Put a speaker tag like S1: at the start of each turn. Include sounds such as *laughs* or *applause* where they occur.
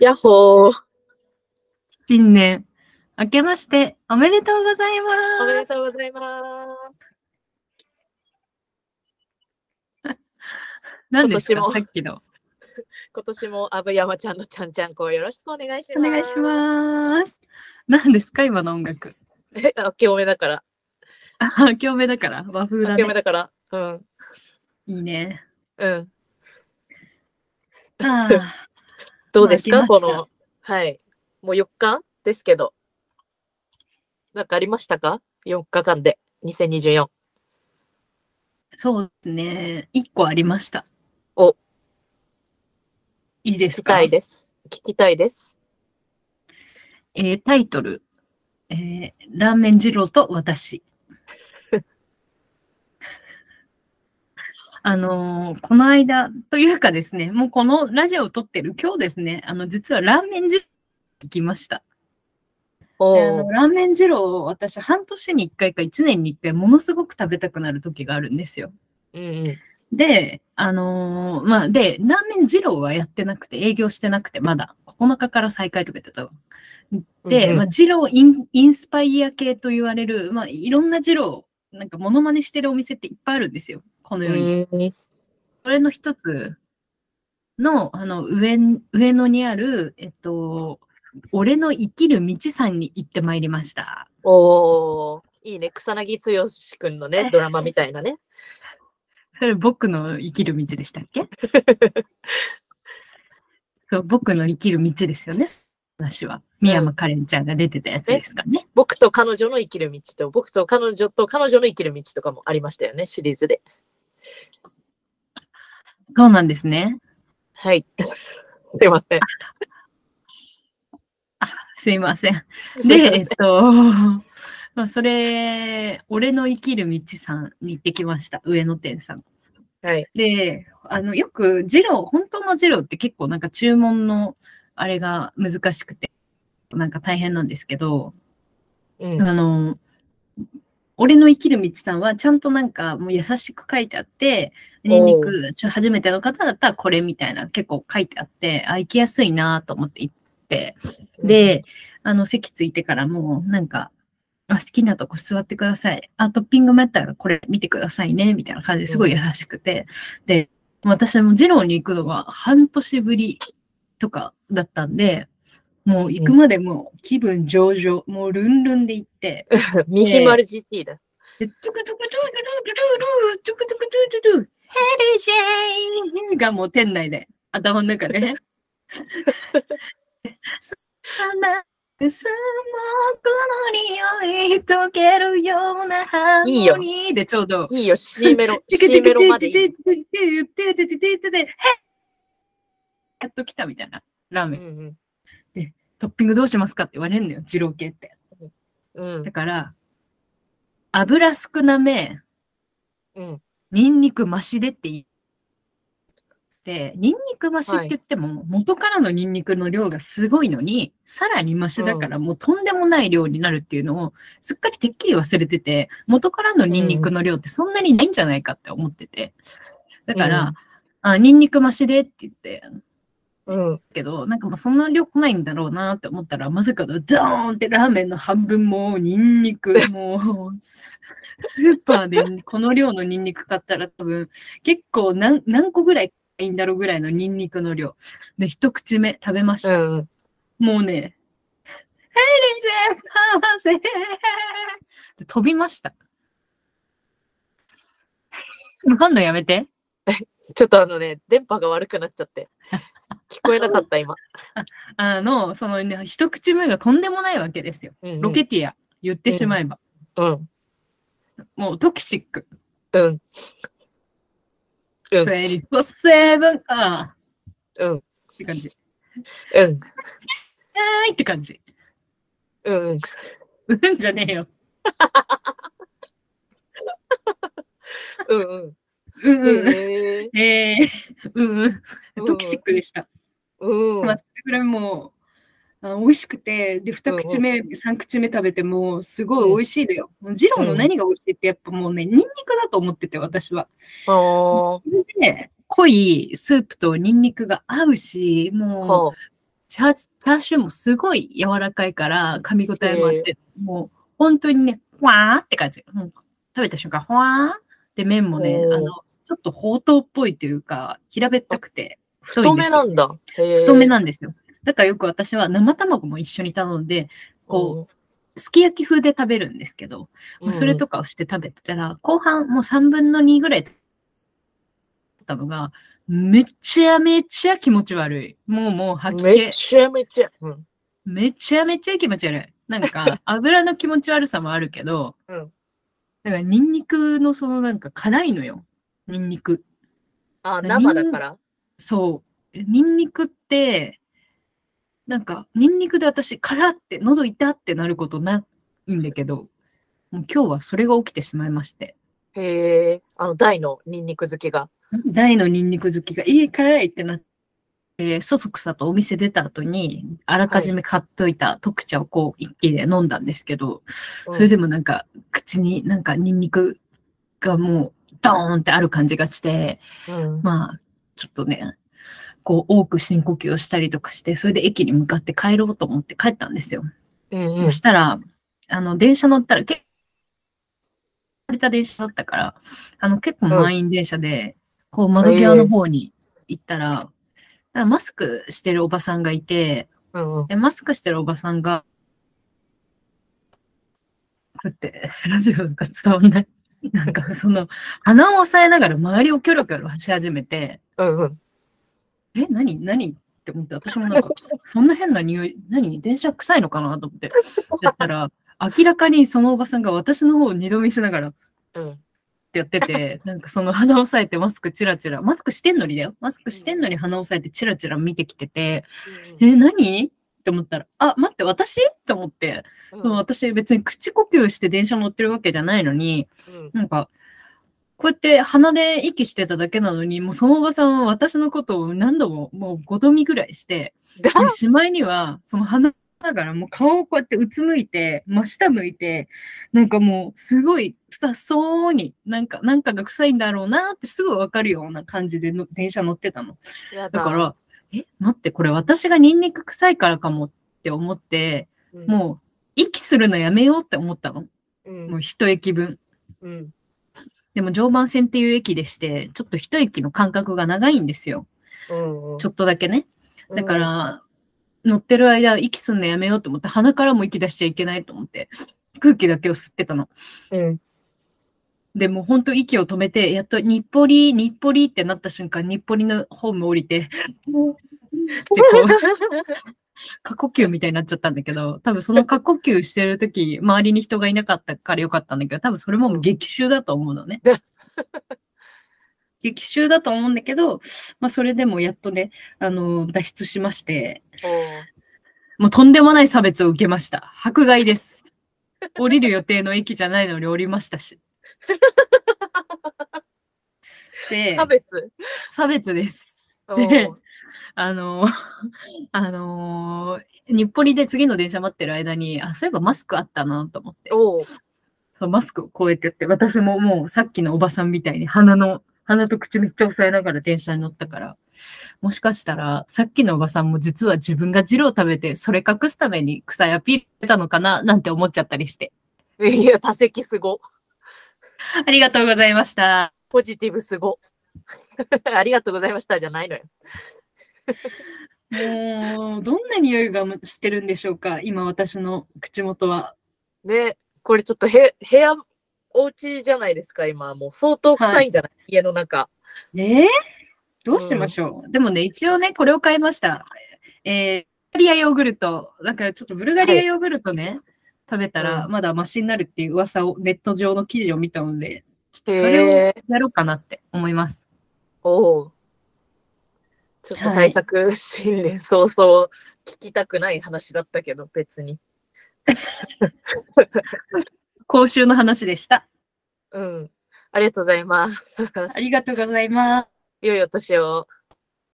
S1: やっほー。
S2: 新年、明けましておめでとうございま
S1: おめ
S2: す。
S1: でとうございます。
S2: 何ですか
S1: 今年も
S2: さっきの。
S1: 今年も阿部山ちゃんのちゃんちゃんこをよろしくお願いし
S2: お
S1: ます。
S2: 願いします。何ですか今の音楽。
S1: す。え、あ、今日目だから。
S2: あ、今日目だから。和風だ
S1: 明け目
S2: ね。
S1: だから。うん。
S2: いいね。
S1: うん。
S2: ああ、
S1: どうですか
S2: まあ明
S1: こ
S2: けました
S1: の、はい。もう4日ですけど。なんかありましたか ?4 日間で。2024。
S2: そうですね。一個ありました。
S1: お。
S2: いいで
S1: 聞
S2: す
S1: き
S2: か
S1: たいです。聞きたいです。
S2: えータイトル、えーラーメン二郎と私。 *laughs* あのーこの間というかですね、もうこのラジオを撮ってる今日ですね、あの実はラーメン二郎行きました。
S1: お
S2: であの
S1: ー。
S2: ラーメン二郎を私半年に1回か1年に1回ものすごく食べたくなる時があるんですよ。
S1: うんうん。
S2: で、あのーまあ、で、ラーメン二郎はやってなくて、営業してなくて、まだ9日から再開とか言ってたわ。で、
S1: うん
S2: まあ、二郎インインスパイア系と言われる、まあ、いろんな二郎、なんかモノマネしてるお店っていっぱいあるんですよ。この
S1: う
S2: 世に。
S1: んうん
S2: それの一つの、あの、上、上野にある、えっと、俺の生きる道さんに行ってまいりました。
S1: おー。いいね。草薙剛君のね、ドラマみたいなね。
S2: それ僕の生きる道でしたっ
S1: *laughs*
S2: けそう僕の生きる道ですよね、話は。
S1: ん
S2: 三山カレンちゃんが出てたやつですかね。
S1: 僕と彼女の生きる道と、僕と彼女と彼女の生きる道とかもありましたよね、シリーズで。
S2: そうなんですね。
S1: はい。 *laughs* すいません。
S2: すいません。
S1: *laughs* すい
S2: で、
S1: ま
S2: え
S1: せ
S2: っ
S1: ん
S2: と、 *laughs* まあ、それ、俺の生きる道さんに行ってきました、上野店さん。
S1: はい。
S2: で、あの、よく、ジロー、本当のジローって結構なんか注文のあれが難しくて、なんか大変なんですけど、
S1: うん。
S2: あの、俺の生きる道さんはちゃんとなんかもう優しく書いてあって、ニンニク、ちょ初めての方だったらこれみたいな結構書いてあって、あ、行きやすいなと思って行って、で、あの席ついてからもうなんか、あ好きなとこ座ってください。あ、トッピングもやったらこれ見てくださいね、みたいな感じですごい優しくて。で、私もジローに行くのが半年ぶりとかだったんで、もう行くまでもう気分上々、もうルンルンで行って、
S1: ミヒマル GT だ。
S2: で、トゥクトゥクトゥルルルルルー、トゥクトゥクトゥトゥトゥ、ヘルシェーンがもう店内で、頭の中で。花くすもこの匂い溶けるようなハーモニーでちょうど。
S1: いいよ、C
S2: *laughs*
S1: メロ。C メロまでいい。
S2: やっと来たみたいな。ラー
S1: う
S2: メン。
S1: ん
S2: トッピングどうしますかって言われるのよ、二郎系って。
S1: うん。うん
S2: だから、油少なめ、
S1: うん。
S2: ニンニク増しでって言って、ニンニク増しっ
S1: は
S2: て
S1: い
S2: 言っても、元からのニンニクの量がすごいのに、さらに増しだからもうとんでもない量になるっていうのを、すっかりてっきり忘れてて、元からのニンニクの量ってそんなにないんじゃないかって思ってて。だから、
S1: うん
S2: あ、ニンニク増しでって言って、
S1: うん。
S2: けど、なんかもうそんな量来ないんだろうなって思ったら、まさかのドーンってラーメンの半分もニンニク、もう、スーパーでこの量のニンニク買ったら多分、結構何何個ぐらいいいんだろうぐらいのニンニクの量。で、一口目食べまし
S1: う
S2: た。
S1: ん。
S2: もうね、ヘリジェパワセで飛びました。噛んのやめて。
S1: ちょっとあのね、電波が悪くなっちゃ
S2: *laughs*
S1: って。聞こえなかった、今。
S2: あの、そのね、一口目がとんでもないわけですよ。
S1: うんうん
S2: ロケティア、言ってしまえば。
S1: うん。
S2: もうトキシック。
S1: うん。うん。
S2: 24-7! ああ
S1: うん。
S2: って感じ。
S1: うん。
S2: はーいって感じ。
S1: うん。
S2: うんじゃねえよ。
S1: うん。
S2: うん
S1: う。
S2: うんん。
S1: へー
S2: えー、うんうん。トキシックでした。
S1: うん
S2: まあ、それぐらいもう、あ美味しくて、で、二口目、三口目食べても、すごい美味しいだよ。もうジローの何が美味しいって、やっぱもうね、ニンニクだと思ってて、私は。
S1: ああ、
S2: で、濃いスープとニンニクが合うし、もう、
S1: は
S2: チャーチャーシューもすごい柔らかいから、噛み応えもあって、もう、本当にね、ふわーって感じ。もう食べた瞬間、ふわーって麺もね
S1: お、ー
S2: あの、ちょっとほうとうっぽいというか、平べったくて、
S1: あ、
S2: 太い
S1: 太
S2: んで
S1: め
S2: すよ
S1: なんだ。へえ
S2: 太めなんですよ。だからよく私は生卵も一緒に頼んで、こすき焼き風で食べるんですけど、
S1: う
S2: まあそれとかをして食べてたら、後半もう3分の2ぐらいだったのが、めちゃめちゃ気持ち悪い。もうも
S1: う
S2: う
S1: ん
S2: 吐き
S1: め
S2: 気。
S1: ちゃめちゃ。うん。
S2: めちゃめちゃ気持ち悪い。な
S1: *laughs*
S2: んか、油の気持ち悪さもあるけど、
S1: うん
S2: なんかニンニクのそのなんか辛いのよ。ニンニク。
S1: あ、
S2: 何
S1: 生だから。
S2: そう。ニンニクって、なんか、ニンニクで私、辛って、喉痛ってなることないんだけど、もう今日はそれが起きてしまいまして。
S1: へえ。あの、大のニンニク好きが。
S2: 大のニンニク好きが、いい辛いってなって、そそくさとお店出た後に、あらかじめ買っといた特茶をこう、一気で飲んだんですけど、
S1: うん
S2: それでもなんか、口になんかニンニクがもう、ドーンってある感じがして、
S1: うん
S2: まあ、ちょっとね、こう、多く深呼吸をしたりとかして、それで駅に向かって帰ろうと思って帰ったんですよ。
S1: うんうん
S2: そしたら、あの、電車乗ったら、結構、れた電車だったから、あの、結構満員電車で、こう、窓際の方に行ったら、なんかマスクしてるおばさんがいて、
S1: うんうん。
S2: でマスクしてるおばさんが、だって、ラジオが伝わんない。なんか、その、鼻を押さえながら周りをキョロキョロし始めて、
S1: うんうん。
S2: え、何何って思って、私もなんか、そんな変な匂い、何電車臭いのかなと思って、やったら、明らかにそのおばさんが私の方を二度見しながらっ
S1: うん。
S2: てやってて、なんかその鼻を押さえてマスクチラチラ、マスクしてんのにだよ。マスクしてんのに鼻を押さえてチラチラ見てきてて、え、何って思ったら、あ、待って、私って思って、
S1: うんうん
S2: 私別に口呼吸して電車乗ってるわけじゃないのに、
S1: うん
S2: なんか、こうやって鼻で息してただけなのに、もうそのおばさんは私のことを何度ももう5度見ぐらいして、
S1: だ
S2: でしまいには、その鼻だからもう顔をこうやってうつむいて、真下向いて、なんかもうすごい臭そうに、なんか、なんかが臭いんだろうなってすぐわかるような感じでの電車乗ってたの。
S1: やだ
S2: だか、ら、え、待って、これ私がニンニク臭いからかもって思って、
S1: うん
S2: もう息するのやめようって思ったの。
S1: うん
S2: もう一駅分。
S1: うん
S2: でも常磐線っていう駅でして、ちょっと一駅の間隔が長いんですよ。
S1: うんうん
S2: ちょっとだけね。
S1: うん
S2: だから、乗ってる間、息すんのやめようと思って、鼻からも息出しちゃいけないと思って、空気だけを吸ってたの。
S1: うん
S2: でもう本当息を止めて、やっと日暮里、日暮里ってなった瞬間、日暮里のホーム降りて、 *laughs* でこう過呼吸みたいになっちゃったんだけど、多分その過呼吸してる時、周りに人がいなかったからよかったんだけど、多分それも激臭だと思う
S1: *laughs*
S2: のね。激臭だと思うんだけど、まあそれでもやっとね、あの、脱出しまして、
S1: おー
S2: もうとんでもない差別を受けました。迫害です。降りる予定の駅じゃないのに降りまし
S1: *laughs*
S2: たし。で
S1: 差、別
S2: 差別です。
S1: お
S2: で
S1: ー、
S2: あの、 *laughs* あの日暮里で次の電車待ってる間に、あ、そういえばマスクあったなと思って、
S1: おー
S2: そうマスクをこうやってやって、私ももうさっきのおばさんみたいに鼻の、鼻と口めっちゃ押さえながら電車に乗ったから、もしかしたらさっきのおばさんも実は自分がジロー食べて、それ隠すために臭いアピールしてたのかななんて思っちゃったりして。
S1: いや、多席すご。
S2: ありがとうございました。
S1: ポジティブすご。ありがとうございましたじゃないのよ。
S2: もう、どんな匂いがしてるんでしょうか今私の口元は。
S1: ね、これちょっとへ部屋、お家じゃないですか、今。もう相当臭いんじゃない、家の中。
S2: ねえどうしましょう、でもね、一応ね、これを買いました。えー、ブルガリアヨーグルト。だからちょっとブルガリアヨーグルトね、食べたら
S1: う
S2: まだマシになるっていう噂を、ネット上の記事を見たので、ちょっとそれを
S1: へえ。
S2: やろうかなって思います。
S1: おお。ちょっと対策、新年早々、聞きたくない話だったけど、別に。
S2: 講習の話でした。
S1: うん。ありがとうございます。
S2: ありがとうございます。
S1: *laughs* 良いお年を。